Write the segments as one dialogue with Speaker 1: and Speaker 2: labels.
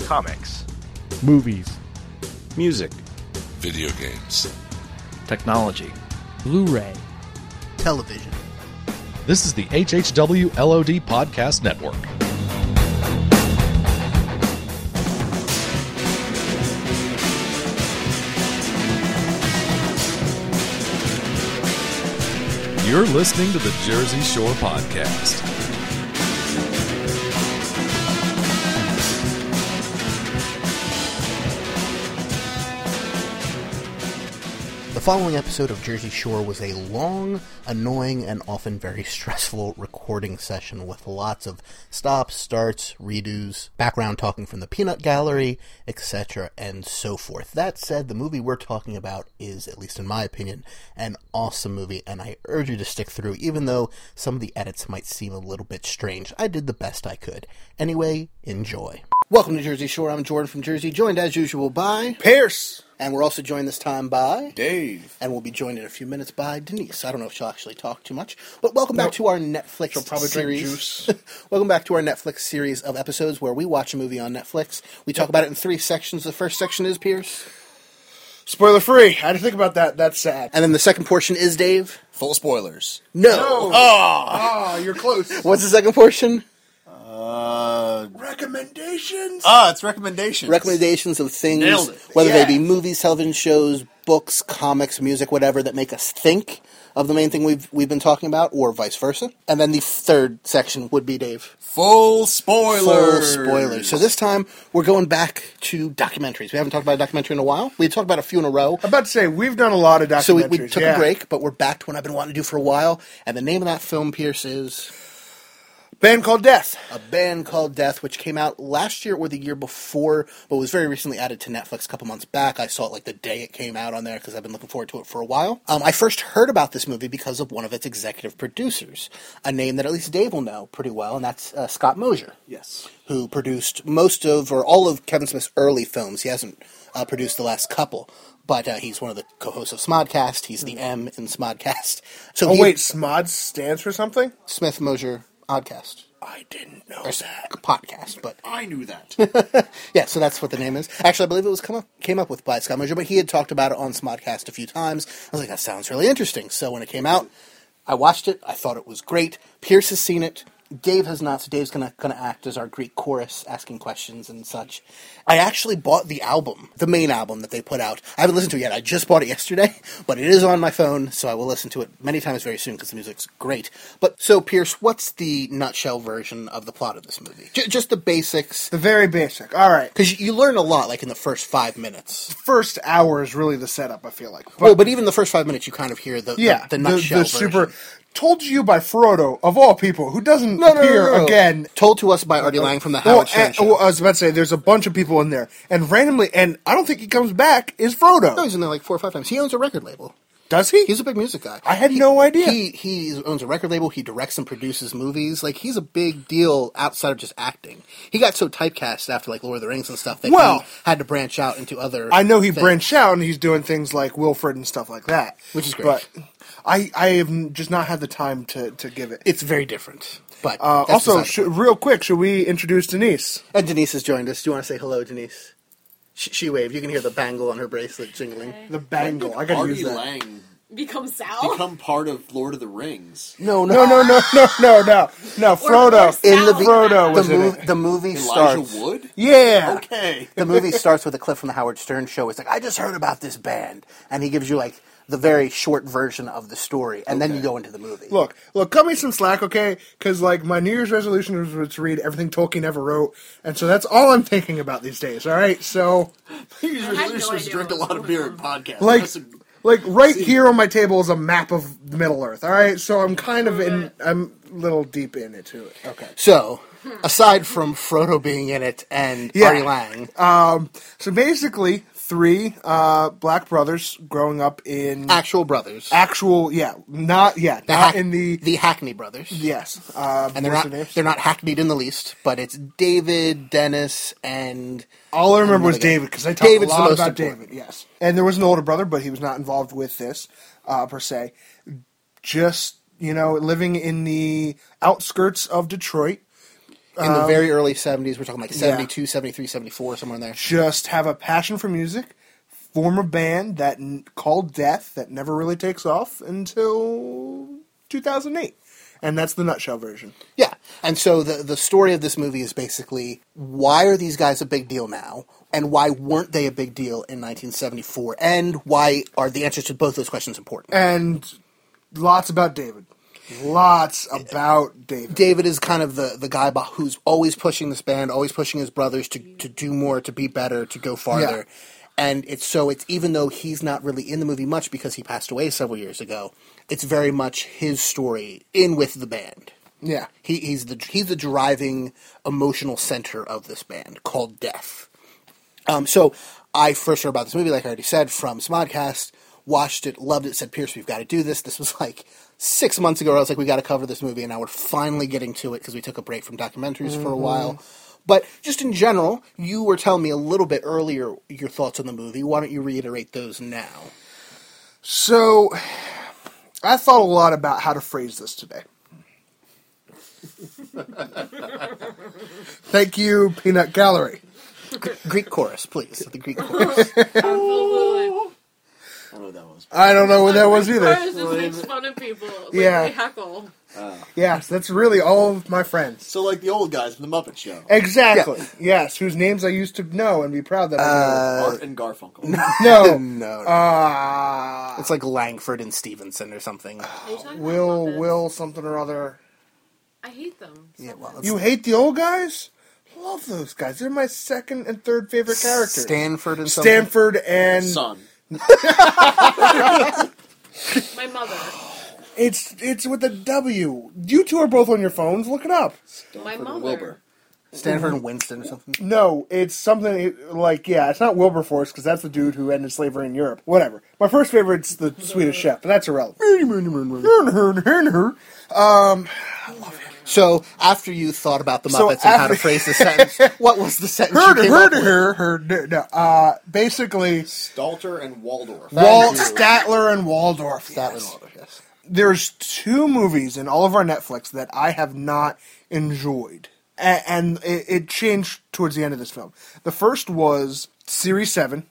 Speaker 1: comics,
Speaker 2: movies,
Speaker 1: music,
Speaker 3: video games.
Speaker 4: technology.
Speaker 5: Blu ray.
Speaker 6: television.
Speaker 7: This is the HHW LOD Podcast Network. You're listening to the Jersey Shore Podcast.
Speaker 6: The following episode of Jersey Shore was a long, annoying, and often very stressful recording session with lots of stops, starts, redos, background talking from the peanut gallery, etc., and so forth. That said, the movie we're talking about is, at least in my opinion, an awesome movie, and I urge you to stick through, even though some of the edits might seem a little bit strange. I did the best I could. Anyway, enjoy. Welcome to Jersey Shore. I'm Jordan from Jersey, joined as usual by.
Speaker 8: Pierce.
Speaker 6: And we're also joined this time by.
Speaker 8: Dave.
Speaker 6: And we'll be joined in a few minutes by Denise. I don't know if she'll actually talk too much, but welcome back to our Netflix
Speaker 8: She'll probably drink
Speaker 6: series.
Speaker 8: juice.
Speaker 6: welcome back to our Netflix series of episodes where we watch a movie on Netflix. We talk about it in three sections. The first section is Pierce,
Speaker 8: Spoiler free. I had to think about that. That's sad.
Speaker 6: and then the second portion is Dave.
Speaker 3: Full spoilers.
Speaker 6: No. Oh.
Speaker 8: Ah, you're close.
Speaker 6: What's the second portion?
Speaker 3: Uh,
Speaker 8: Recommendations.
Speaker 3: ah, it's recommendations.
Speaker 6: Recommendations of things,
Speaker 8: Nailed it.
Speaker 6: whether
Speaker 8: Yeah.
Speaker 6: they be movies, television shows, books, comics, music, whatever, that make us think of the main thing we've we've been talking about, or vice versa. And then the third section would be Dave.
Speaker 3: Full spoilers.
Speaker 6: Full spoilers. So this time we're going back to documentaries. We haven't talked about a documentary in a while. We talked about a few in a row.
Speaker 8: I'm about to say we've done a lot of documentaries.
Speaker 6: So we, we took
Speaker 8: yeah.
Speaker 6: a break, but we're back to what I've been wanting to do for a while. And the name of that film, Pierce, is
Speaker 8: Band called Death.
Speaker 6: a band called Death, which came out last year or the year before, but was very recently added to Netflix a couple months back. I saw it like the day it came out on there because I've been looking forward to it for a while. Um, I first heard about this movie because of one of its executive producers, a name that at least Dave will know pretty well, and that's uh, Scott Mosier.
Speaker 8: Yes.
Speaker 6: who produced most of or all of Kevin Smith's early films. He hasn't uh, produced the last couple, but uh, he's one of the co-hosts of Smodcast. He's the M in Smodcast. So
Speaker 8: Oh
Speaker 6: he-
Speaker 8: wait, SMOD stands for something.
Speaker 6: Smith Mosier Oddcast
Speaker 8: I didn't know
Speaker 6: or podcast, but
Speaker 8: I knew that.
Speaker 6: yeah, so that's what the name is. Actually, I believe it was come up, came up with by Scott Mosier, but he had talked about it on Smodcast a few times. I was like, that sounds really interesting. So when it came out, I watched it. I thought it was great. Pierce has seen it. Dave has not, so Dave's gonna gonna act as our Greek chorus, asking questions and such. I actually bought the album, the main album that they put out. I haven't listened to it yet. I just bought it yesterday, but it is on my phone, so I will listen to it many times very soon because the music's great. But so, Pierce, what's the nutshell version of the plot of this movie? J- just the basics.
Speaker 8: the very basic. All right.
Speaker 6: Because you learn a lot, like in the first five minutes.
Speaker 8: First hour is really the setup. I feel like. But,
Speaker 6: well, but even the first five minutes, you kind of hear the
Speaker 8: yeah,
Speaker 6: the, the nutshell
Speaker 8: super.
Speaker 6: version.
Speaker 8: Told you by Frodo of all people, who doesn't appear again
Speaker 6: told to us by Artie Lang from the
Speaker 8: Well,
Speaker 6: Howard Stern
Speaker 8: Uh, oh, and,
Speaker 6: Show.
Speaker 8: well, I was about to say there's a bunch of people in there, and randomly, and I don't think he comes back. Is
Speaker 6: no,
Speaker 8: Frodo?
Speaker 6: he's in there like four or five times. He owns a record label.
Speaker 8: Does he?
Speaker 6: He's a big music guy.
Speaker 8: I had no idea.
Speaker 6: He he owns a record label. He directs and produces movies. Like he's a big deal outside of just acting. He got so typecast after like Lord of the Rings and stuff that
Speaker 8: Well-
Speaker 6: he had to branch out into other.
Speaker 8: I know he
Speaker 6: things.
Speaker 8: branched out, and he's doing things like Wilfred and stuff like that,
Speaker 6: Which is great.
Speaker 8: But I, I have n- just not had the time to, to give it.
Speaker 6: It's very different. But
Speaker 8: uh,
Speaker 6: that's
Speaker 8: also,
Speaker 6: beside the
Speaker 8: should, real quick, should we introduce Denise?
Speaker 6: And Denise has joined us. Do you want to say hello, Denise? She, she waved. You can hear the bangle on her bracelet jingling.
Speaker 8: The bangle. I gotta use
Speaker 9: Artie
Speaker 8: that.
Speaker 9: Lang
Speaker 10: become Sal.
Speaker 9: become part of Lord of the Rings.
Speaker 6: No,
Speaker 8: No, no, no, no, no, no, no. Frodo.
Speaker 10: or In
Speaker 6: the
Speaker 10: be-
Speaker 8: Frodo was
Speaker 6: the,
Speaker 8: in
Speaker 6: mov-
Speaker 8: it.
Speaker 6: the movie
Speaker 9: Elijah
Speaker 6: starts.
Speaker 9: Wood.
Speaker 8: Yeah.
Speaker 9: Okay.
Speaker 6: The movie starts with a clip from the Howard Stern show. It's like I just heard about this band, and he gives you like the very short version of the story, and then you go into the movie.
Speaker 8: Look, look, cut me some slack, okay? Because like my New Year's resolution was to read everything Tolkien ever wrote, and so that's all I'm thinking about these days. All right, so
Speaker 9: He's
Speaker 10: had no
Speaker 9: released was
Speaker 10: idea
Speaker 9: drink a
Speaker 10: what
Speaker 9: lot
Speaker 10: was
Speaker 9: of beer
Speaker 10: going
Speaker 9: and podcast.
Speaker 8: like,
Speaker 9: That's a-
Speaker 8: like right here on my table is a map of Middle Earth. All right, so I'm kind of in, I'm a little deep into it. Okay,
Speaker 6: So,
Speaker 10: Hmm.
Speaker 6: aside from Frodo being in it and
Speaker 8: Yeah.
Speaker 6: Artie Lang,
Speaker 9: Uh,
Speaker 8: so basically, three uh, black brothers growing up in
Speaker 6: actual
Speaker 9: uh,
Speaker 6: brothers,
Speaker 8: actual, yeah, not yeah,
Speaker 6: the
Speaker 8: not
Speaker 6: Hack-
Speaker 8: in the
Speaker 6: the Hackney brothers,
Speaker 8: yes, uh,
Speaker 6: and they're
Speaker 8: what's
Speaker 6: not
Speaker 8: their names?
Speaker 6: they're not hackneyed in the least. But it's David, Dennis, and
Speaker 8: All I remember was
Speaker 6: Another guy.
Speaker 8: David because I talked
Speaker 6: David's
Speaker 8: a
Speaker 6: the
Speaker 8: lot
Speaker 6: most
Speaker 8: about
Speaker 6: important.
Speaker 8: David. Yes, and there was an older brother, but he was not involved with this uh, per se. Just you know, living in the outskirts of Detroit,
Speaker 6: in
Speaker 9: Um,
Speaker 6: the very early 70s. We're talking like 72, 73, 74, somewhere in there.
Speaker 8: just have a passion for music, form a band that n- called Death that never really takes off until 2008. And that's the nutshell version.
Speaker 6: Yeah. And so the the story of this movie is basically why are these guys a big deal now? And why weren't they a big deal in 1974? And why are the answers to both those questions important?
Speaker 8: And lots about David. Lots about David.
Speaker 6: David is kind of the, the guy beh- who's always pushing this band, always pushing his brothers to, to do more, to be better, to go farther. And it's so it's even though he's not really in the movie much because he passed away several years ago, it's very much his story in with the band.
Speaker 8: Yeah.
Speaker 6: He, he's the he's the driving emotional center of this band called Death. Um, so I first heard about this movie, like I already said, from Smodcast. Watched it, loved it. Said Pierce, we've got to do this. This was like six months ago. I was like, we got to cover this movie, and now we're finally getting to it because we took a break from documentaries for a while. But just in general, you were telling me a little bit earlier your thoughts on the movie. Why don't you reiterate those now?
Speaker 8: So, I thought a lot about how to phrase this today. Thank you, Peanut Gallery.
Speaker 6: Greek chorus, please. The Greek chorus.
Speaker 1: Absolutely.
Speaker 9: I don't know what that was.
Speaker 8: I don't know what that was
Speaker 1: Of
Speaker 8: either.
Speaker 1: course, this makes fun of people. Like,
Speaker 8: Yeah.
Speaker 1: They heckle.
Speaker 8: Yes, that's really all of my friends.
Speaker 9: So like the old guys from the Muppet Show,
Speaker 8: Exactly. Yes, whose names I used to know and be proud that I
Speaker 9: Art and Garfunkel.
Speaker 8: knew. Uh, No.
Speaker 6: no,
Speaker 8: Uh,
Speaker 6: it's like Langford and Stevenson or something.
Speaker 1: Are you talking about
Speaker 8: Will,
Speaker 1: Muppets?
Speaker 8: Will, something or other.
Speaker 1: I hate them.
Speaker 6: Yeah, well, it's
Speaker 8: You hate the old guys? Love those guys. They're my second and third favorite characters.
Speaker 6: Stanford and something.
Speaker 8: Stanford and
Speaker 9: Son,
Speaker 1: My mother.
Speaker 8: it's it's with a W. You two are both on your phones. Look it up.
Speaker 1: My
Speaker 9: Stanford
Speaker 1: mother.
Speaker 9: and Wilbur.
Speaker 6: Stanford and Winston or something.
Speaker 8: No, it's something like yeah. It's not Wilberforce because that's the dude who ended slavery in Europe. Whatever. My first favorite's the Swedish Chef, but that's irrelevant. Um,
Speaker 6: So after you thought about the Muppets
Speaker 8: So
Speaker 6: and how to
Speaker 8: after-
Speaker 6: phrase the sentence, what was the sentence
Speaker 8: Her,
Speaker 6: you came up
Speaker 8: her,
Speaker 6: with?
Speaker 8: her, her, no, uh, basically,
Speaker 9: Stalter and Waldorf.
Speaker 8: Walt Statler and Waldorf.
Speaker 6: That
Speaker 8: yes.
Speaker 6: was yes.
Speaker 8: there's two movies in all of our Netflix that I have not enjoyed, A- and it, it changed towards the end of this film. The first was Series Seven,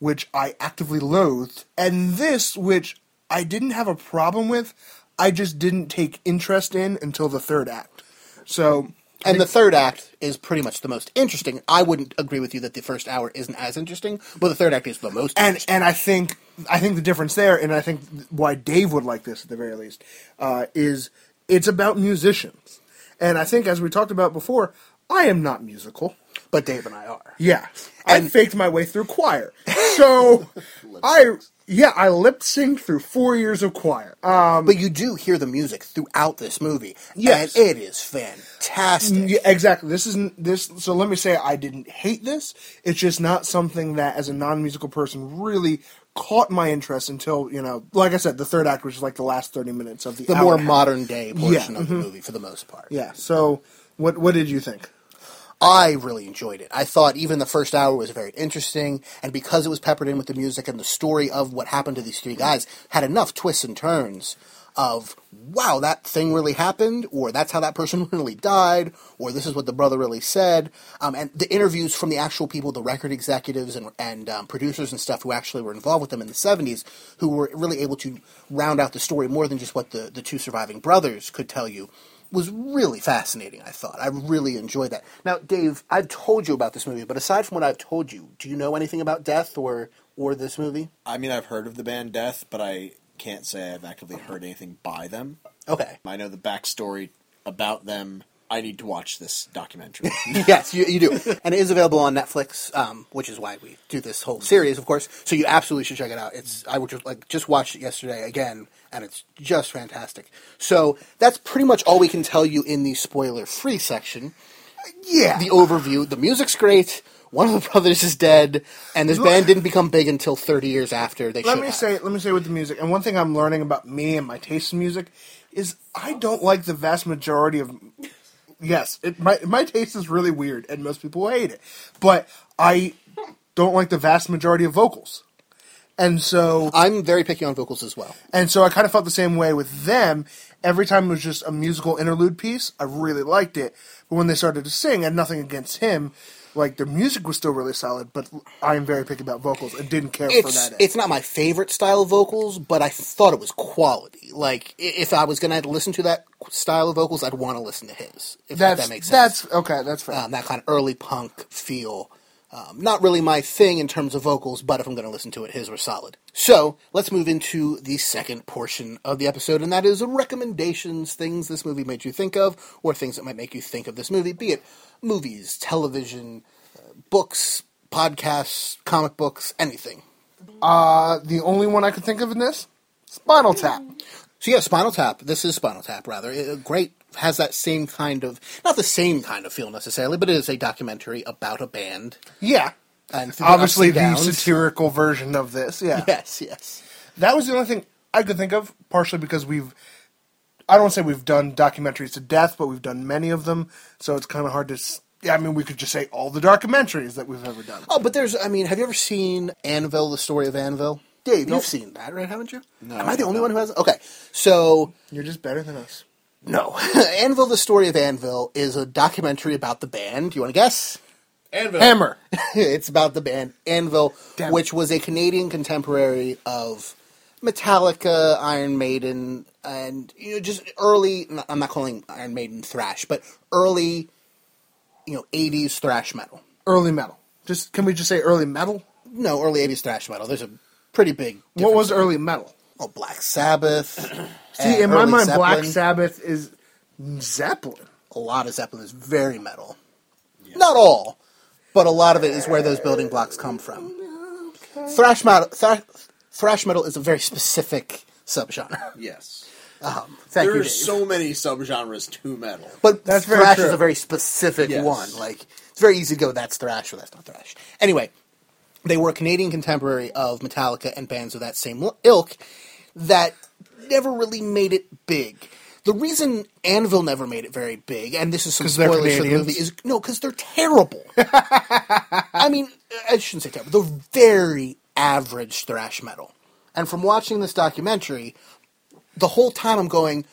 Speaker 8: which I actively loathed, and this, which I didn't have a problem with, I just didn't take interest in until the third act. So
Speaker 6: And the third act is pretty much the most interesting. I wouldn't agree with you that the first hour isn't as interesting, but the third act is the most.
Speaker 8: and and I think I think the difference there, and I think why Dave would like this at the very least, uh, is it's about musicians, and I think as we talked about before, I am not musical.
Speaker 6: but Dave and I are.
Speaker 8: Yeah, I faked my way through choir, so I yeah I lip synced through four years of choir. Uh,
Speaker 6: Um, but you do hear the music throughout this movie.
Speaker 8: Yes.
Speaker 6: and it is fantastic.
Speaker 8: yeah, exactly. This isn't this. So let me say I didn't hate this. It's just not something that as a non musical person really caught my interest until you know like i said the third act which is like the last 30 minutes of the,
Speaker 6: The
Speaker 8: hour
Speaker 6: more
Speaker 8: and a half.
Speaker 6: modern day portion
Speaker 8: Yeah, mm-hmm.
Speaker 6: of the movie, for the most part.
Speaker 8: Yeah. So, what what did you think?
Speaker 6: I really enjoyed it. I thought even the first hour was very interesting, and because it was peppered in with the music and the story of what happened to these three guys, had enough twists and turns of wow, that thing really happened, or that's how that person really died, or this is what the brother really said, um, and the interviews from the actual people, the record executives and and um, producers and stuff who actually were involved with them in the '70s, who were really able to round out the story more than just what the the two surviving brothers could tell you was really fascinating, I thought. I really enjoyed that. Now, Dave, I've told you about this movie, but aside from what I've told you, do you know anything about Death or or this movie?
Speaker 9: I mean, I've heard of the band Death, but I can't say I've actively heard anything by them. Um,
Speaker 6: Okay.
Speaker 9: I know the backstory about them. I need to watch this documentary.
Speaker 6: yes, you, you do. And it is available on Netflix, um, which is why we do this whole series, of course. So you absolutely should check it out. It's I would just, like just watched it yesterday again, and it's just fantastic. So that's pretty much all we can tell you in the spoiler-free section.
Speaker 8: Yeah.
Speaker 6: The overview. The music's great. One of the brothers is dead, and this band didn't become big until 30 years after they
Speaker 8: let
Speaker 6: should
Speaker 8: me
Speaker 6: have.
Speaker 8: say let me say with the music. And one thing I'm learning about me and my taste in music is I don't like the vast majority of Yes, it my my taste is really weird and most people hate it. But I don't like the vast majority of vocals. And so
Speaker 6: I'm very picky on vocals as well.
Speaker 8: and so I kind of felt the same way with them Every time it was just a musical interlude piece, I really liked it. But when they started to sing, and nothing against him, like their music was still really solid. But I am very picky about vocals and didn't care for
Speaker 6: it's
Speaker 8: that.
Speaker 6: it's not my favorite style of vocals, but I thought it was quality. Like i- if I was gonna listen to that style of vocals, I'd want to listen to his. If
Speaker 8: that's
Speaker 6: that makes sense.
Speaker 8: that's okay. That's fair.
Speaker 6: um, that kind of early punk feel. Um, not really my thing in terms of vocals, but if I'm going to listen to it, his were solid. So let's move into the second portion of the episode, and that is recommendations, things this movie made you think of, or things that might make you think of this movie, be it movies, television, uh, books, podcasts, comic books, anything.
Speaker 8: Uh, the only one I could think of in this, Spinal Tap.
Speaker 6: So yeah, Spinal Tap. This is Spinal Tap, rather. It- it- great. Has that same kind of, not the same kind of feel necessarily, but it is a documentary about a band.
Speaker 8: Yeah,
Speaker 6: And through the ups
Speaker 8: obviously
Speaker 6: and
Speaker 8: the
Speaker 6: downs.
Speaker 8: satirical version of this. Yeah.
Speaker 6: Yes, yes.
Speaker 8: that was the only thing I could think of. Partially because we've, I don't say we've done documentaries to death, but we've done many of them, so it's kind of hard to. s- Yeah, I mean, we could just say all the documentaries that we've ever done.
Speaker 6: Oh, but there's, I mean, have you ever seen Anvil, the story of Anvil? Dave, you've seen that, right? Haven't you? No. Am I the only one who has? Okay. So,
Speaker 8: You're just better than us.
Speaker 6: no. Anvil, the story of Anvil is a documentary about the band. You want to guess?
Speaker 8: Hammer.
Speaker 6: it's about the band Anvil,
Speaker 8: Damn it.
Speaker 6: which was a Canadian contemporary of Metallica, Iron Maiden, and you know just early. n- I'm not calling Iron Maiden thrash, but early, you know, '80s thrash metal.
Speaker 8: Early metal. Just can we just say early metal?
Speaker 6: No, early '80s thrash metal. There's a pretty big.
Speaker 8: What was
Speaker 6: difference.
Speaker 8: early metal?
Speaker 6: Oh, Black Sabbath.
Speaker 8: Eh, See, in my mind, Black Sabbath is Zeppelin.
Speaker 6: a lot of Zeppelin is very metal. Not all, but a lot of it is where those building blocks come from. Thrash metal, thrash, thrash metal is a very specific subgenre.
Speaker 9: Yes.
Speaker 6: Thank
Speaker 9: There
Speaker 6: you,
Speaker 9: are
Speaker 6: Dave.
Speaker 9: so many subgenres to metal.
Speaker 6: but
Speaker 8: That's very
Speaker 6: thrash
Speaker 8: true.
Speaker 6: is a very specific
Speaker 9: Yes.
Speaker 6: one. Like it's very easy to go, that's thrash or that's not thrash. Anyway, they were a Canadian contemporary of Metallica and bands of that same ilk that never really made it big. The reason Anvil never made it very big, and this is some
Speaker 8: 'Cause they're
Speaker 6: spoilers for the
Speaker 8: Canadians?
Speaker 6: movie, is no, because they're terrible. I mean, I shouldn't say terrible. They're very average thrash metal. And from watching this documentary, the whole time I'm going,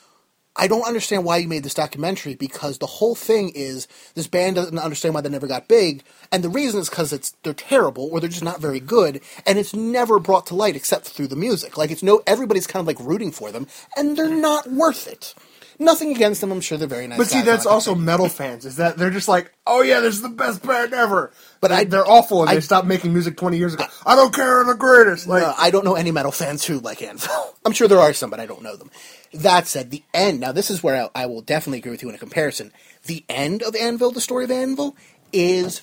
Speaker 6: I don't understand why you made this documentary because the whole thing is this band doesn't understand why they never got big, and the reason is because it's they're terrible or they're just not very good, and it's never brought to light except through the music. Like it's no everybody's kind of like rooting for them, and they're not worth it. Nothing against them, I'm sure they're very nice.
Speaker 8: But see,
Speaker 6: guys,
Speaker 8: that's
Speaker 6: I'm not
Speaker 8: also metal fans. Is that they're just like, oh yeah, this is the best band ever.
Speaker 6: But
Speaker 8: But
Speaker 6: I-
Speaker 8: they're awful, and
Speaker 6: I-
Speaker 8: they stopped making music twenty years ago. I don't care, I'm the greatest. Like,
Speaker 6: Uh, I don't know any metal fans who like Anvil. I'm sure there are some, but I don't know them. That said, the end. Now, this is where I, I will definitely agree with you in a comparison. The end of Anvil, the story of Anvil, is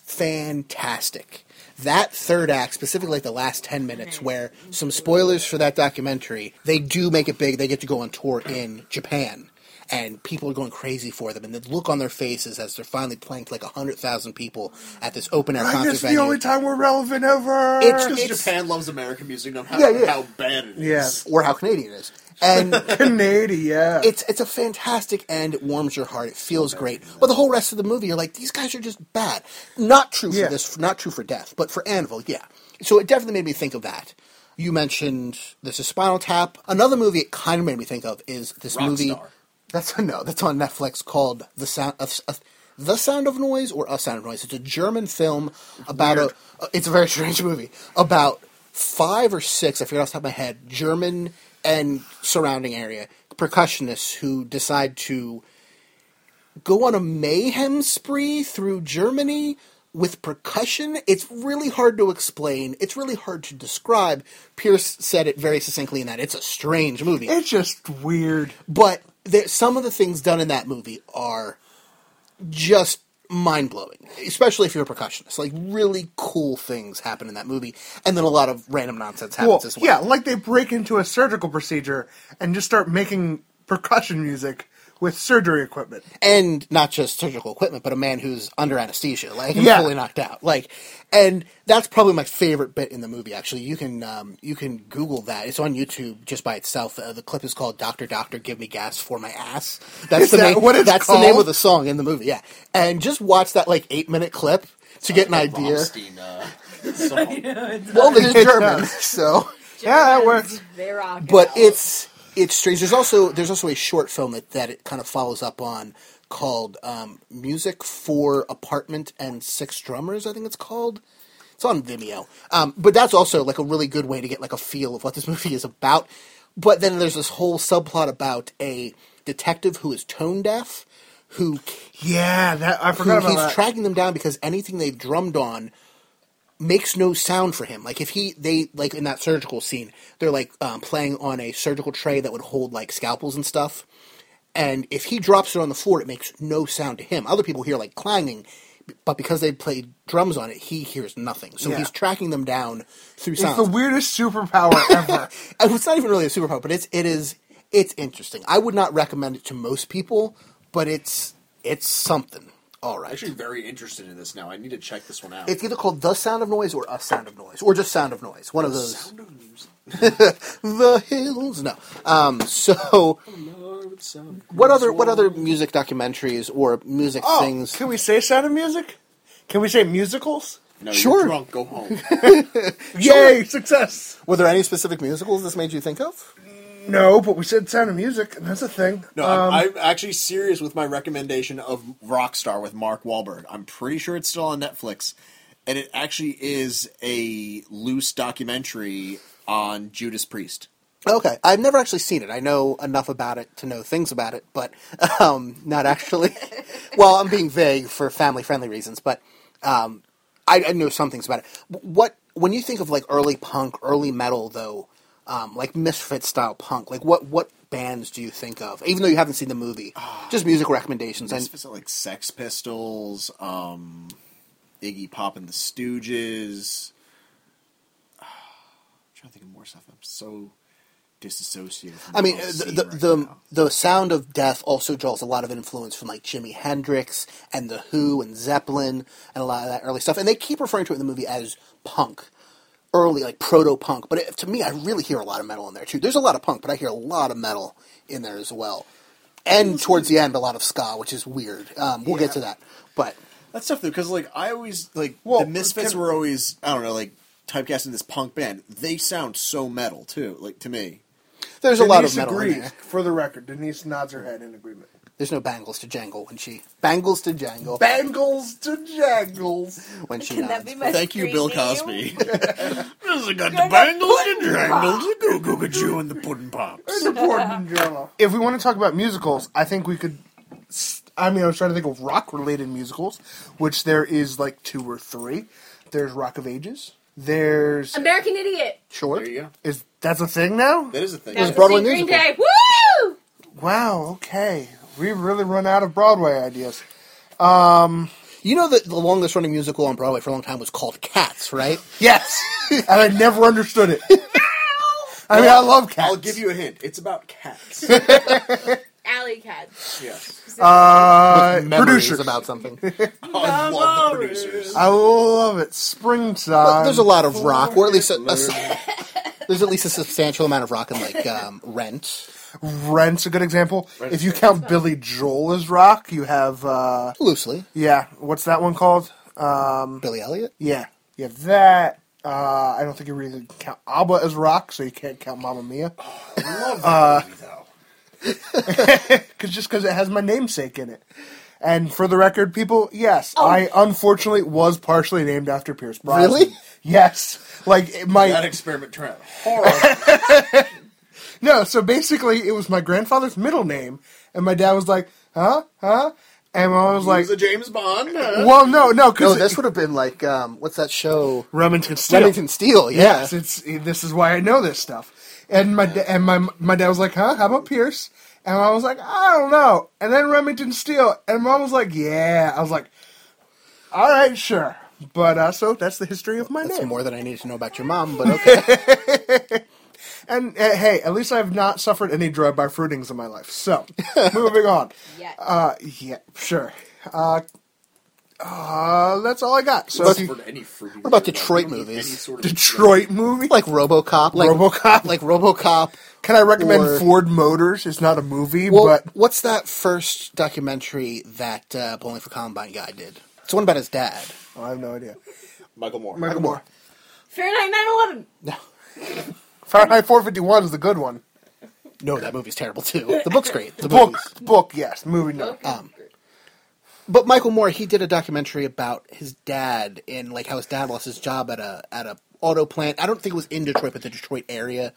Speaker 6: fantastic. That third act, specifically like the last 10 minutes, where some spoilers for that documentary, they do make it big. They get to go on tour in Japan and people are going crazy for them. And the look on their faces as they're finally playing to like 100,000 people at this open air
Speaker 8: like
Speaker 6: concert
Speaker 8: this is the
Speaker 6: venue.
Speaker 8: only time we're relevant ever.
Speaker 6: It's-
Speaker 9: Because
Speaker 6: it's-
Speaker 9: Japan loves American music, no matter
Speaker 6: Yeah, yeah.
Speaker 9: how bad it is.
Speaker 8: yeah,
Speaker 6: or how Canadian it is. And
Speaker 8: Canadian. Yeah.
Speaker 6: it's it's a fantastic end. It warms your heart. It feels great. But the whole rest of the movie, you're like, these guys are just bad. Not true
Speaker 8: Yeah.
Speaker 6: for this. Not true for death. But for Anvil, yeah. So it definitely made me think of that. You mentioned this is Spinal Tap. Another movie it kind of made me think of is this movie.
Speaker 9: Rockstar.
Speaker 6: That's no. That's on Netflix called The Sound of. of- the Sound of Noise or A Sound of Noise. It's a German film about a. It's a very strange movie about five or six. I forget off the top of my head. German and surrounding area percussionists who decide to go on a mayhem spree through Germany with percussion. It's really hard to explain. It's really hard to describe. Pierce said it very succinctly in that it's a strange movie
Speaker 8: it's just weird.
Speaker 6: but there, some of the things done in that movie are just mind blowing, especially if you're a percussionist. Like really cool things happen in that movie, and then a lot of random nonsense happens
Speaker 8: Well,
Speaker 6: as well.
Speaker 8: yeah, like they break into a surgical procedure and just start making percussion music with surgery equipment.
Speaker 6: and not just surgical equipment, but a man who's under anesthesia, like and
Speaker 8: Yeah.
Speaker 6: fully knocked out, like, and that's probably my favorite bit in the movie. Actually, you can um, you can Google that. It's on YouTube just by itself. Uh, the clip is called "Doctor Doctor Give Me Gas for My Ass." That's
Speaker 8: Is
Speaker 6: the
Speaker 8: that
Speaker 6: name.
Speaker 8: what it's
Speaker 6: that's the name
Speaker 8: called?
Speaker 6: of the song in the movie. Yeah, and just watch that like eight minute clip to get an idea.
Speaker 9: Rammstein, uh, song.
Speaker 6: Well, it is
Speaker 8: It
Speaker 6: German,
Speaker 8: does.
Speaker 6: so
Speaker 8: Yeah, that works.
Speaker 2: They rock.
Speaker 6: but it's it's strange. There's also there's also a short film that, that it kind of follows up on called um, "Music for Apartment and Six Drummers." I think it's called. It's on Vimeo, um, but that's also like a really good way to get like a feel of what this movie is about. But then there's this whole subplot about a detective who is tone deaf, who
Speaker 8: Yeah, that I
Speaker 6: who
Speaker 8: forgot about
Speaker 6: he's
Speaker 8: that.
Speaker 6: tracking them down because anything they've drummed on makes no sound for him. Like if he they like in that surgical scene, they're like um, playing on a surgical tray that would hold like scalpels and stuff. And if he drops it on the floor, it makes no sound to him. Other people hear like clanging, but because they played drums on it, he hears nothing. So
Speaker 8: Yeah.
Speaker 6: he's tracking them down through
Speaker 8: it's
Speaker 6: sound.
Speaker 8: the weirdest superpower ever.
Speaker 6: Uh, it's not even really a superpower, but it's it is it's interesting. I would not recommend it to most people, but it's it's something. All right.
Speaker 9: actually very interested in this now. I need to check this one out.
Speaker 6: It's either called The Sound of Noise or A Sound of Noise, or just Sound of Noise. One of those.
Speaker 9: Sound of music.
Speaker 6: the hills. No. Um. So,
Speaker 9: Lord, sound of
Speaker 6: what other
Speaker 9: music.
Speaker 6: what other music documentaries or music
Speaker 8: Oh,
Speaker 6: things?
Speaker 8: can we say Sound of Music? Can we say musicals?
Speaker 9: No,
Speaker 6: Sure.
Speaker 9: You're drunk. Go home.
Speaker 8: Yay, success!
Speaker 6: Were there any specific musicals this made you think of?
Speaker 8: No, but we said Sound of Music, and that's a thing.
Speaker 9: No,
Speaker 6: Um,
Speaker 9: I'm, I'm actually serious with my recommendation of Rockstar with Mark Wahlberg. I'm pretty sure it's still on Netflix, and it actually is a loose documentary on Judas Priest.
Speaker 6: Okay, I've never actually seen it. I know enough about it to know things about it, but um, not actually. well, I'm being vague for family friendly reasons, but um, I, I know some things about it. What when you think of like early punk, early metal, though, um, like misfit style punk, like what what bands do you think of? Even though you haven't seen the movie, just music recommendations. And
Speaker 9: It's like Sex Pistols, um, Iggy Pop and the Stooges. I'm trying to think of more stuff. I'm so disassociated. From
Speaker 6: I mean,
Speaker 9: what
Speaker 6: uh,
Speaker 9: I'm
Speaker 6: the
Speaker 9: seeing
Speaker 6: the,
Speaker 9: right
Speaker 6: the,
Speaker 9: now.
Speaker 6: the sound of death also draws a lot of influence from like Jimi Hendrix and the Who and Zeppelin and a lot of that early stuff. And they keep referring to it in the movie as punk, early like proto punk. But it, to me, I really hear a lot of metal in there too. There's a lot of punk, but I hear a lot of metal in there as well. And towards the end, a lot of ska, which is weird. Um, we'll get to that, but
Speaker 9: That's tough though, because like I always like
Speaker 8: Well,
Speaker 9: the Misfits
Speaker 8: can-
Speaker 9: were always I don't know like typecast in this punk band. They sound so metal too, like to me.
Speaker 6: there's a lot of metal in
Speaker 8: agrees,
Speaker 6: there.
Speaker 8: For the record, Denise nods her head in agreement.
Speaker 6: There's no bangles to jangle when she bangles to jangle
Speaker 8: Bangles to jangles.
Speaker 6: when she
Speaker 2: Can
Speaker 6: nods.
Speaker 2: that be my
Speaker 9: Thank you,
Speaker 2: screen
Speaker 9: Bill
Speaker 2: name?
Speaker 9: Cosby. This got
Speaker 2: You're
Speaker 9: the
Speaker 2: the
Speaker 9: bangles and jangles, the goo goo goo and the puddin' pops.
Speaker 8: Important drama. If we want to talk about musicals, I think we could. s- I mean, I was trying to think of rock-related musicals, which there is like two or three. There's Rock of Ages. There's
Speaker 2: American Idiot.
Speaker 6: Sure.
Speaker 9: There you go.
Speaker 8: is that's a thing now.
Speaker 9: That is a thing.
Speaker 2: Now
Speaker 6: Broadway
Speaker 2: see Green
Speaker 6: musical.
Speaker 2: Day. Woo!
Speaker 8: Wow. Okay, we really run out of Broadway ideas.
Speaker 6: You know that the longest running musical on Broadway for a long time was called Cats, right?
Speaker 8: Yes, and I never understood it. I mean, I love cats.
Speaker 9: I'll give you a hint. It's about cats.
Speaker 2: Alley Cats.
Speaker 9: yes.
Speaker 8: uh,
Speaker 6: Memories
Speaker 8: producers.
Speaker 6: about something.
Speaker 9: I love the producers.
Speaker 8: I love it. Springtime.
Speaker 6: But there's a lot of rock, or at least a, a s- there's at least a substantial amount of rock in like um, Rent,
Speaker 8: Rent's a good example. if you count Billy Joel as rock, you have uh
Speaker 6: loosely.
Speaker 8: yeah, what's that one called? Um,
Speaker 6: Billy Elliot.
Speaker 8: Yeah, you have that. Uh I don't think you really count ABBA as rock, so you can't count Mamma Mia.
Speaker 9: Oh,
Speaker 8: Uh,
Speaker 9: I love that movie, though.
Speaker 8: Cause just because it has my namesake in it. And for the record, people, yes,
Speaker 6: Oh.
Speaker 8: I unfortunately was partially named after Pierce Brosnan.
Speaker 6: Really?
Speaker 8: Yes. Like it- my
Speaker 9: That experiment turned out horrible.
Speaker 8: No, so basically, it was my grandfather's middle name, and my dad was like, "Huh, huh," and I was like,
Speaker 9: He's a James Bond.
Speaker 8: "Well, no, no,
Speaker 6: No,
Speaker 8: because
Speaker 6: this would have been like um, what's that show?
Speaker 8: Remington Steele."
Speaker 6: Remington Steele. Yeah.
Speaker 8: Yes, it's this is why I know this stuff. And my da- and my my dad was like, "Huh? How about Pierce?" And I was like, "I don't know." And then Remington Steele, and mom was like, "Yeah." I was like, "All right, sure." But uh, so that's the history of my
Speaker 6: That's
Speaker 8: name.
Speaker 6: more than I needed to know about your mom, but okay.
Speaker 8: And uh, hey, at least I've not suffered any drive-by fruitings in my life. So moving on.
Speaker 2: Yeah.
Speaker 8: Uh, yeah, sure. Uh, uh, that's all I got. So if you-
Speaker 9: For any fruity
Speaker 6: about
Speaker 9: drink, like,
Speaker 6: Detroit
Speaker 9: you don't need
Speaker 6: movies?
Speaker 9: any sort of-
Speaker 8: Detroit movie.
Speaker 6: like RoboCop, like
Speaker 8: RoboCop?
Speaker 6: like RoboCop.
Speaker 8: Can I recommend
Speaker 6: or-
Speaker 8: Ford Motors? It's not a movie,
Speaker 6: Well,
Speaker 8: but
Speaker 6: what's that first documentary that uh, Bowling for Columbine guy did? It's one about his dad.
Speaker 8: Oh, I have no idea.
Speaker 9: Michael Moore.
Speaker 8: Michael Moore.
Speaker 2: Fahrenheit 9/11.
Speaker 8: Fahrenheit 451 is the good one.
Speaker 6: No, that movie's terrible too. The book's great. The
Speaker 8: Book,
Speaker 6: movie's-
Speaker 8: book, yes. Movie, no.
Speaker 6: Um, but Michael Moore, he did a documentary about his dad and like how his dad lost his job at a at a auto plant. I don't think it was in Detroit, but the Detroit area.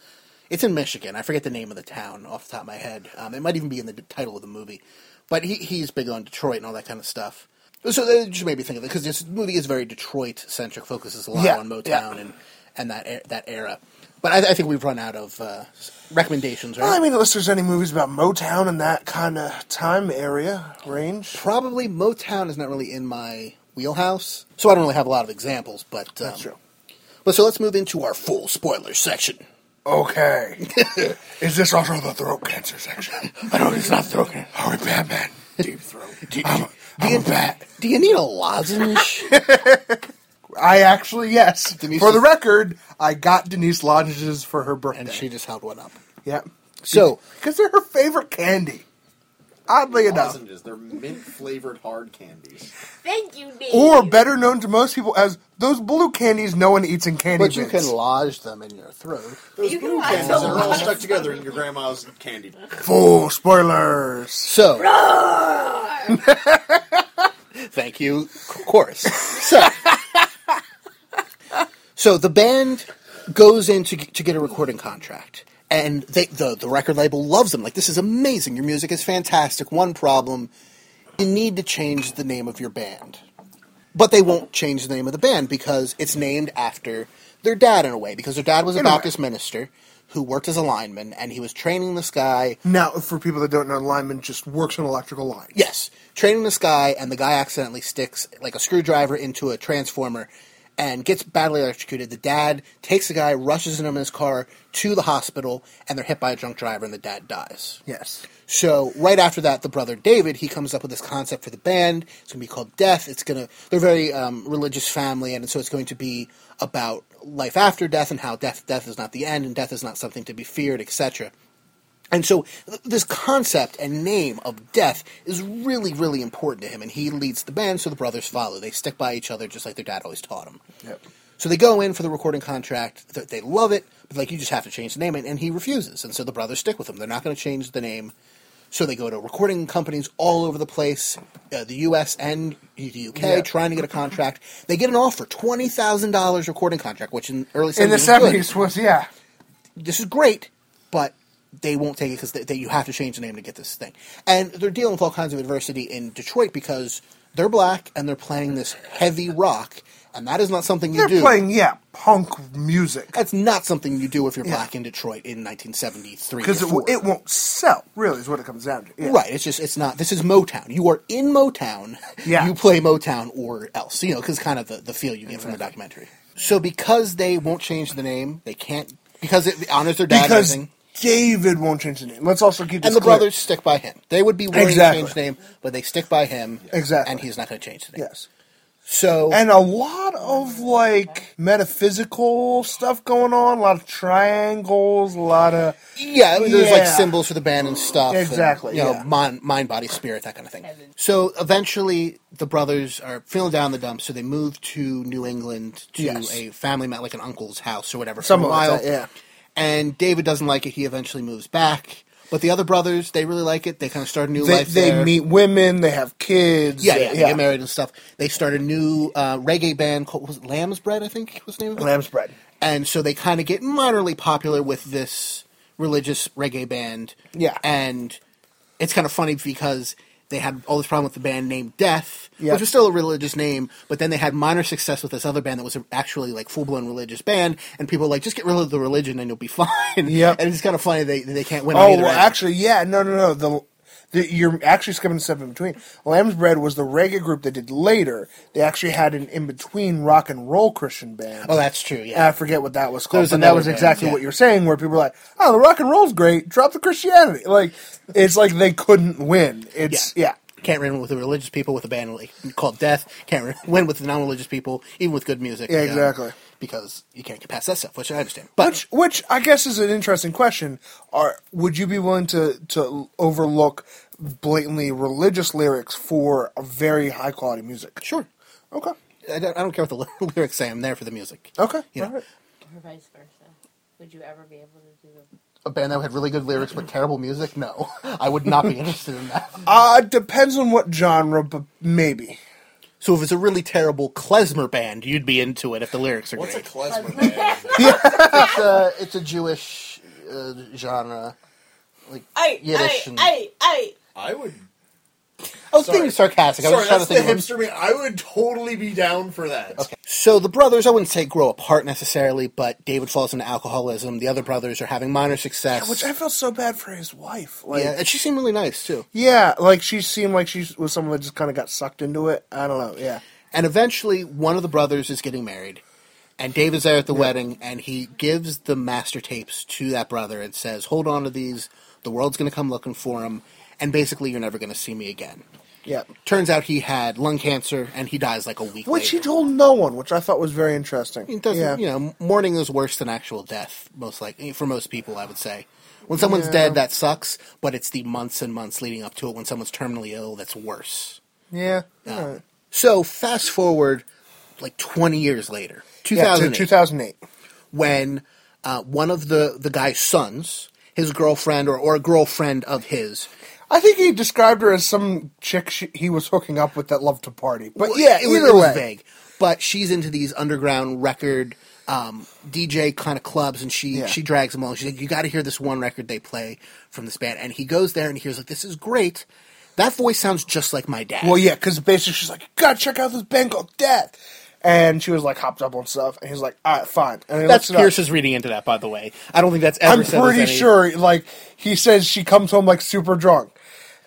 Speaker 6: It's in Michigan. I forget the name of the town off the top of my head. Um, it might even be in the d- title of the movie. But he he's big on Detroit and all that kind of stuff. So that just made me think of it because this movie is very Detroit centric. Focuses a lot
Speaker 8: Yeah,
Speaker 6: on
Speaker 8: yeah.
Speaker 6: Motown and and that e- that era. But I, I think we've run out of uh, recommendations, right?
Speaker 8: Well, I mean, unless there's any movies about Motown and that kind of time area range.
Speaker 6: probably Motown is not really in my wheelhouse, so I don't really have a lot of examples. But um,
Speaker 8: That's true.
Speaker 6: But so let's move into our full spoiler section.
Speaker 8: Okay. Is this also the throat cancer section?
Speaker 6: I know it's not throwing.
Speaker 8: Are we Batman? Deep throat. I'm, a,
Speaker 6: do you-
Speaker 8: I'm a bat.
Speaker 6: Do you need a lozenge?
Speaker 8: I actually, yes.
Speaker 6: Denise
Speaker 8: for the
Speaker 6: is-
Speaker 8: record, I got Denise Lodges for her birthday.
Speaker 6: and she just held one up.
Speaker 8: Yep.
Speaker 6: So
Speaker 8: Because they're her favorite candy. Oddly enough.
Speaker 9: Lozenges. They're mint flavored hard candies.
Speaker 2: Thank you, Dave.
Speaker 8: Or better known to most people as those blue candies no one eats in candy
Speaker 6: but you
Speaker 8: bins.
Speaker 6: can lodge them in your throat.
Speaker 9: Those
Speaker 2: You can
Speaker 9: blue
Speaker 2: watch
Speaker 9: candies
Speaker 2: a
Speaker 9: that are all
Speaker 2: lot
Speaker 9: stuck together in your grandma's candy.
Speaker 8: Full spoilers.
Speaker 6: So thank you, c- chorus. So, so the band goes in to, to get a recording contract, and they the the record label loves them. Like this is amazing. Your music is fantastic. One problem, you need to change the name of your band, but they won't change the name of the band because it's named after their dad in a way. Because their dad was a
Speaker 8: In a way.
Speaker 6: Baptist minister who worked as a lineman, and he was training this guy
Speaker 8: Now, for people that don't know, lineman just works on electrical lines.
Speaker 6: Yes, training this guy, and the guy accidentally sticks like a screwdriver into a transformer and gets badly electrocuted. The dad takes the guy, rushes him in his car to the hospital, and they're hit by a drunk driver, and the dad dies.
Speaker 8: Yes.
Speaker 6: So right after that, the brother David he comes up with this concept for the band. It's gonna be called Death. It's gonna they're a very um, religious family, and so it's going to be about life after death and how death death is not the end and death is not something to be feared, etc. And so th- this concept and name of death is really really important to him, and he leads the band, so the brothers follow. They stick by each other just like their dad always taught them.
Speaker 8: Yep.
Speaker 6: So they go in for the recording contract. Th- They love it, but like you just have to change the name, and, and he refuses. And so the brothers stick with him. They're not going to change the name. So they go to recording companies all over the place, uh, the U.S. and the U.K.,
Speaker 8: Yeah.
Speaker 6: trying to get a contract. They get an offer, twenty thousand dollars recording contract, which in early 70s
Speaker 8: In the
Speaker 6: was good.
Speaker 8: 70s was, yeah.
Speaker 6: This is great, but they won't take it because they, they, you have to change the name to get this thing. And they're dealing with all kinds of adversity in Detroit because they're black and they're playing this heavy rock, and that is not something you
Speaker 8: They're
Speaker 6: do.
Speaker 8: playing, yeah, punk music.
Speaker 6: That's not something you do if you're
Speaker 8: Yeah.
Speaker 6: black in Detroit in 1973.
Speaker 8: Because
Speaker 6: Because
Speaker 8: it, w- it won't sell, really, is what it comes down to. Yeah.
Speaker 6: Right, it's just it's not. This is Motown. You are in Motown.
Speaker 8: Yeah.
Speaker 6: you play Motown or else. You know, because kind of the, the feel you get from the documentary. So because they won't change the name, they can't because it honors their dad. and
Speaker 8: Because
Speaker 6: everything,
Speaker 8: David won't change the name. Let's also keep this
Speaker 6: and the
Speaker 8: clear.
Speaker 6: brothers stick by him. They would be willing
Speaker 8: Exactly.
Speaker 6: to change the name, but they stick by him.
Speaker 8: Exactly.
Speaker 6: and he's not going to change the name.
Speaker 8: Yes.
Speaker 6: So
Speaker 8: And a lot of like metaphysical stuff going on, a lot of triangles, a lot of
Speaker 6: Yeah, I mean, there's like
Speaker 8: Yeah.
Speaker 6: symbols for the band and stuff. and,
Speaker 8: Exactly,
Speaker 6: you know,
Speaker 8: yeah.
Speaker 6: mind, mind, body, spirit, that kind of thing. So eventually, the brothers are feeling down in the dumps, so they move to New England to
Speaker 8: Yes.
Speaker 6: a family, ma- like an uncle's house or whatever, for
Speaker 8: Something
Speaker 6: a
Speaker 8: like
Speaker 6: while.
Speaker 8: that, yeah.
Speaker 6: And David doesn't like it. He eventually moves back, but the other brothers, they really like it. They kind of start a new
Speaker 8: they,
Speaker 6: life.
Speaker 8: they
Speaker 6: there.
Speaker 8: meet women, they have kids.
Speaker 6: Yeah, yeah, they get married and stuff. They start a new uh, reggae band called was it Lamb's Bread, I think was the name of it
Speaker 8: Lamb's bread.
Speaker 6: and so they kind of get minorly popular with this religious reggae band.
Speaker 8: Yeah.
Speaker 6: and it's kind of funny because they had all this problem with the band named Death,
Speaker 8: Yeah.
Speaker 6: which was still a religious name, but then they had minor success with this other band that was actually like full blown religious band, and people were like just get rid of the religion and you'll be fine.
Speaker 8: Yep.
Speaker 6: and it's kind of funny they they can't win. on
Speaker 8: Oh,
Speaker 6: either
Speaker 8: well,
Speaker 6: end.
Speaker 8: actually, yeah, no, no, no. The, the you're actually skipping a step in between. Lamb's Bread was the reggae group they did later. They actually had an in between rock and roll Christian band.
Speaker 6: oh, that's true.
Speaker 8: And I
Speaker 6: Yeah,
Speaker 8: forget what that was
Speaker 6: There
Speaker 8: called,
Speaker 6: was
Speaker 8: but that
Speaker 6: another
Speaker 8: was
Speaker 6: band,
Speaker 8: exactly
Speaker 6: yeah.
Speaker 8: what you're saying. Where people were like, "Oh, the rock and roll's great. Drop the Christianity." Like it's like they couldn't win. It's yeah,
Speaker 6: Can't win with the religious people with a band like, called Death. Can't win with the non-religious people, even with good music.
Speaker 8: Yeah,
Speaker 6: um,
Speaker 8: exactly.
Speaker 6: because you can't get past that stuff, which I understand. But
Speaker 8: Which, which I guess is an interesting question. Are would you be willing to to overlook blatantly religious lyrics for a very high quality music?
Speaker 6: Sure.
Speaker 8: Okay.
Speaker 6: I don't, I don't care what the ly- lyrics say. I'm there for the music.
Speaker 8: Okay.
Speaker 6: You know.
Speaker 8: All right.
Speaker 2: Or vice versa. Would you ever be able to do the
Speaker 6: a band that had really good lyrics but terrible music? No, I would not be interested in that.
Speaker 8: Uh, it depends on what genre, but maybe.
Speaker 6: So if it's a really terrible klezmer band, you'd be into it if the lyrics are
Speaker 9: What's a
Speaker 6: great.
Speaker 9: klezmer band?
Speaker 6: it's a it's a Jewish uh, genre. Like
Speaker 2: Hey,
Speaker 6: Yiddish
Speaker 2: hey,
Speaker 6: and-
Speaker 2: hey, hey.
Speaker 9: I would.
Speaker 6: I was
Speaker 9: Sorry.
Speaker 6: being Oh, sarcastic. I was
Speaker 9: Sorry,
Speaker 6: just trying to
Speaker 9: that's the
Speaker 6: think. of-
Speaker 9: hipster me. I would totally be down for that.
Speaker 6: So the brothers, I wouldn't say grow apart necessarily, but David falls into alcoholism. The other brothers are having minor success.
Speaker 8: Which I felt so bad for his wife. Like,
Speaker 6: yeah, and she seemed really nice too.
Speaker 8: Yeah, like she seemed like she was someone that just kind of got sucked into it. I don't know. Yeah.
Speaker 6: And eventually, one of the brothers is getting married, and David's there at the wedding, and he gives the master tapes to that brother and says, "Hold on to these. The world's going to come looking for them, and basically, you're never going to see me again."
Speaker 8: Yeah.
Speaker 6: Turns out he had lung cancer, and he dies like a week.
Speaker 8: Which he
Speaker 6: later.
Speaker 8: told no one, which I thought was very interesting.
Speaker 6: It doesn't,
Speaker 8: yeah.
Speaker 6: you know, mourning is worse than actual death, most likely, for most people, I would say. When someone's dead, that sucks, but it's the months and months leading up to it when someone's terminally ill that's worse.
Speaker 8: Yeah.
Speaker 6: Yeah.
Speaker 8: Alright.
Speaker 6: So, fast forward like 20 years later,
Speaker 8: Yeah, to
Speaker 6: 2008,
Speaker 8: 2008.
Speaker 6: when uh, one of the, the guy's sons, his girlfriend or, or a girlfriend of his,
Speaker 8: I think he described her as some chick she, he was hooking up with that loved to party. But
Speaker 6: Well,
Speaker 8: yeah,
Speaker 6: it was,
Speaker 8: either
Speaker 6: it was
Speaker 8: way.
Speaker 6: vague. But she's into these underground record um, DJ kind of clubs, and she
Speaker 8: Yeah.
Speaker 6: she drags him along. She's like, "You got to hear this one record they play from this band." And he goes there, and he hears like, "This is great." That voice sounds just like my dad.
Speaker 8: Well, yeah, because basically she's like, "God, check out this band called Death," and she was like hopped up on stuff, and he's like, "All right, fine." And he
Speaker 6: that's
Speaker 8: looks it up.
Speaker 6: Pierce's reading into that, by the way. I don't think that's ever.
Speaker 8: I'm
Speaker 6: said as
Speaker 8: pretty
Speaker 6: any-
Speaker 8: sure, like he says, she comes home like super drunk,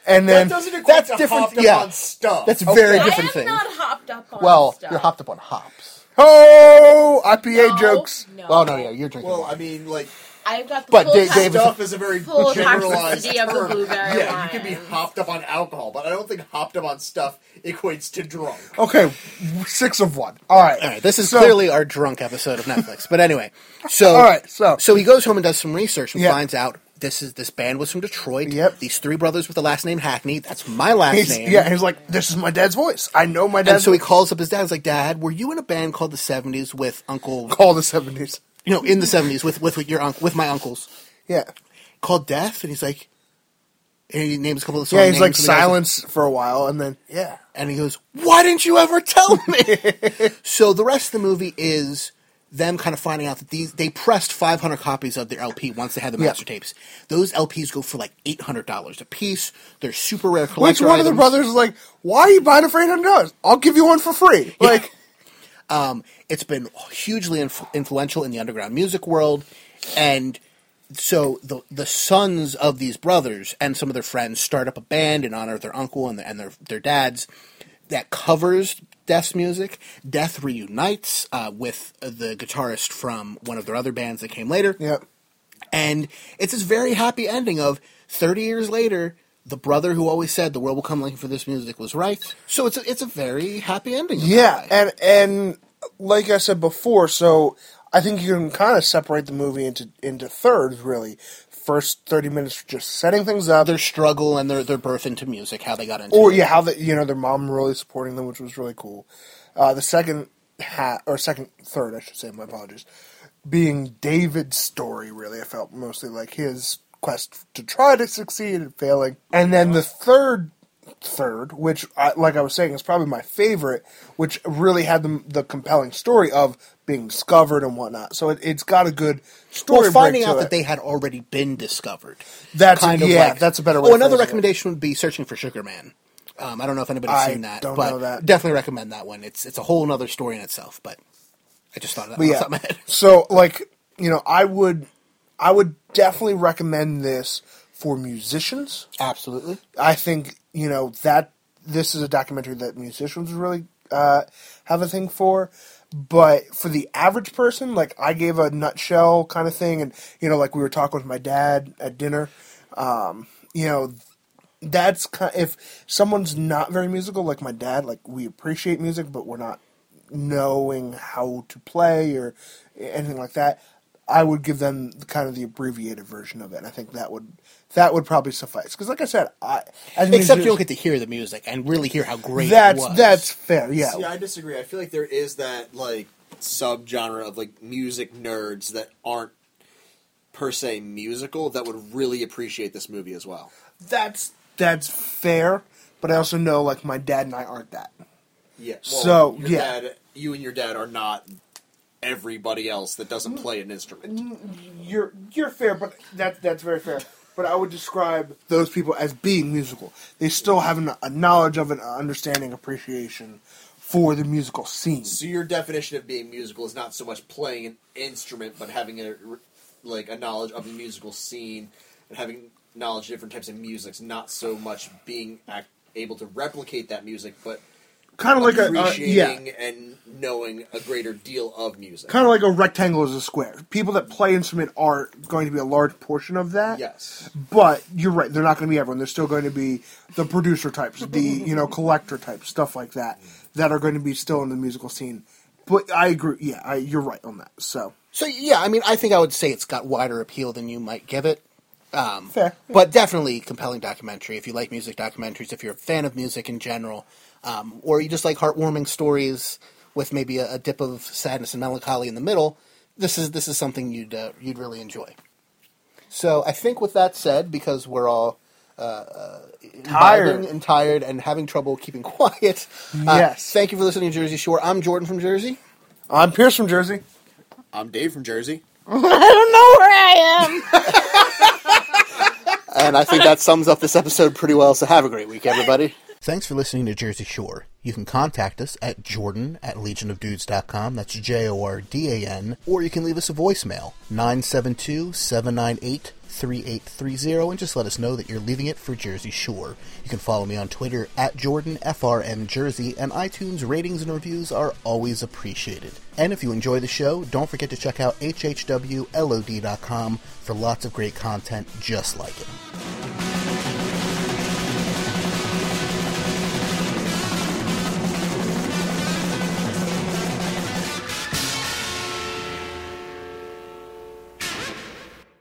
Speaker 8: and then
Speaker 9: That doesn't equate
Speaker 6: that's
Speaker 9: to
Speaker 6: different-
Speaker 9: hopped up
Speaker 6: yeah.
Speaker 9: on stuff.
Speaker 6: That's very
Speaker 2: I
Speaker 6: different
Speaker 2: am
Speaker 6: thing.
Speaker 2: not hopped up on
Speaker 6: well,
Speaker 2: stuff.
Speaker 6: you're hopped up on hops.
Speaker 8: oh, IPA
Speaker 2: No,
Speaker 8: jokes.
Speaker 2: No.
Speaker 6: Oh no, yeah, you're drinking.
Speaker 9: Well,
Speaker 6: wine.
Speaker 9: I mean, like
Speaker 2: I've got the
Speaker 6: But
Speaker 2: full
Speaker 6: Da-
Speaker 2: tox-
Speaker 6: David's-
Speaker 9: stuff is a very
Speaker 2: Full
Speaker 9: generalized
Speaker 2: toxicity of the
Speaker 9: term.
Speaker 2: blueberry
Speaker 9: yeah, you can be
Speaker 2: wine.
Speaker 9: hopped up on alcohol, but I don't think hopped up on stuff equates to drunk.
Speaker 8: Okay, six of one. All right,
Speaker 6: All right, this is
Speaker 8: So-
Speaker 6: clearly our drunk episode of Netflix. But anyway, so
Speaker 8: All right, so-
Speaker 6: so he goes home and does some research and
Speaker 8: Yeah.
Speaker 6: finds out this is this band was from Detroit.
Speaker 8: Yep.
Speaker 6: These three brothers with the last name Hackney. That's my last
Speaker 8: He's,
Speaker 6: name.
Speaker 8: yeah, he's like, "This is my dad's voice. I know my
Speaker 6: And
Speaker 8: dad's."
Speaker 6: so he
Speaker 8: voice."
Speaker 6: calls up his dad. He's like, "Dad, were you in a band called the '70s with Uncle?
Speaker 8: call the seventies.
Speaker 6: You know, in the '70s with with, with your uncle with my uncles
Speaker 8: Yeah,
Speaker 6: called Death?" And he's like, and he names a couple of songs.
Speaker 8: yeah. He's like silence for a while, and then yeah,
Speaker 6: and he goes, "Why didn't you ever tell me?" so the rest of the movie is them kind of finding out that these they pressed 500 copies of their LP once they had the
Speaker 8: Yeah.
Speaker 6: master tapes. Those LPs go for like $800 a piece. They're super rare collector
Speaker 8: which one of the
Speaker 6: items.
Speaker 8: brothers is like, "Why are you buying it for eight hundred dollars? I'll give you one for free."
Speaker 6: Yeah.
Speaker 8: Like.
Speaker 6: It's been hugely inf- influential in the underground music world, and so the the sons of these brothers and some of their friends start up a band in honor of their uncle and, their and their their dads that covers Death's music. Death reunites uh, with the guitarist from one of their other bands that came later.
Speaker 8: Yeah.
Speaker 6: And it's this very happy ending of 30 years later, the brother who always said the world will come looking for this music was right. So it's a, it's a very happy ending. in that
Speaker 8: Yeah,
Speaker 6: way.
Speaker 8: and and like I said before, so I think you can kind of separate the movie into into thirds really. First 30 minutes for just setting things up.
Speaker 6: their struggle and their, their birth into music, how they got into
Speaker 8: or
Speaker 6: it.
Speaker 8: yeah, how that you know their mom really supporting them, which was really cool. Uh, the second half or second third, I should say, my apologies, being David's story. Really, I felt mostly like his quest to try to succeed and failing, and then the third third, which I, like I was saying is probably my favorite, which really had the the compelling story of being discovered and whatnot. So it, it's got a good story.
Speaker 6: Well, finding
Speaker 8: break to
Speaker 6: out that
Speaker 8: it.
Speaker 6: they had already been discovered.
Speaker 8: That's- yeah, that's a better way
Speaker 6: Oh,
Speaker 8: of
Speaker 6: another
Speaker 8: phrasing it.
Speaker 6: recommendation would be searching for Sugar Man. Um, I don't know if anybody's
Speaker 8: I
Speaker 6: seen that,
Speaker 8: don't
Speaker 6: but
Speaker 8: know that.
Speaker 6: definitely recommend that one. It's it's a whole other story in itself, but I just thought of that
Speaker 8: But
Speaker 6: off
Speaker 8: yeah,
Speaker 6: the top of my head.
Speaker 8: so like you know, I would, I would definitely recommend this for musicians.
Speaker 6: Absolutely.
Speaker 8: I think you know that this is a documentary that musicians really uh, have a thing for. But for the average person, like I gave a nutshell kind of thing, and you know, like we were talking with my dad at dinner, um, you know, that's kind. If someone's not very musical, like my dad, like we appreciate music, but we're not knowing how to play or anything like that. I would give them the- kind of the abbreviated version of it, and I think that would that would probably suffice. Because, like I said, I as
Speaker 6: Except
Speaker 8: a
Speaker 6: you don't
Speaker 8: musician-
Speaker 6: get to hear the music and really hear how great it
Speaker 8: that's
Speaker 6: was.
Speaker 8: that's fair. Yeah,
Speaker 9: See, I disagree. I feel like there is that like subgenre of like music nerds that aren't per se musical that would really appreciate this movie as well.
Speaker 8: That's that's fair, but I also know like my dad and I aren't that.
Speaker 9: Yeah.
Speaker 8: So,
Speaker 9: your
Speaker 8: yeah.
Speaker 9: dad, you and your dad are not everybody else that
Speaker 8: Mm.
Speaker 9: doesn't play an instrument.
Speaker 8: You're you're fair, but that that's very fair. But I would describe those people as being musical. They still have an, a knowledge of an understanding, appreciation for the musical scene.
Speaker 9: So your definition of being musical is not so much playing an instrument, but having a like a knowledge of the musical scene and having knowledge of different types of music. Not so much being ac able to replicate that music, but
Speaker 8: Kind of like a uh, yeah.
Speaker 9: appreciating and knowing a greater deal of music.
Speaker 8: Kind of like a rectangle is a square. People that play instrument are going to be a large portion of that.
Speaker 9: yes.
Speaker 8: But you're right; they're not going to be everyone. They're still going to be the producer types, the you know collector types, stuff like that, that are going to be still in the musical scene. But I agree. Yeah, I, you're right on that. So
Speaker 6: So yeah, I mean, I think I would say it's got wider appeal than you might give it. Um,
Speaker 8: Fair.
Speaker 6: but definitely compelling documentary. If you like music documentaries, if you're a fan of music in general, um, or you just like heartwarming stories with maybe a, a dip of sadness and melancholy in the middle, this is this is something you'd uh, you'd really enjoy. So I think with that said, because we're all uh, uh, imbibing and tired and having trouble keeping quiet, uh,
Speaker 8: Yes.
Speaker 6: Thank you for listening to Jersey Shore. I'm Jordan from Jersey.
Speaker 8: I'm Pierce from Jersey.
Speaker 9: I'm Dave from Jersey.
Speaker 2: I don't know where I am.
Speaker 6: And I think that sums up this episode pretty well. So have a great week, everybody. Thanks for listening to Jersey Shore. You can contact us at jordan at legionofdudes.com. That's J O R D A N. Or you can leave us a voicemail, 972 798 3830, and just let us know that you're leaving it for Jersey Shore. You can follow me on Twitter at Jordan FRM Jersey, and iTunes ratings and reviews are always appreciated. And if you enjoy the show, don't forget to check out hhwlod.com for lots of great content just like it.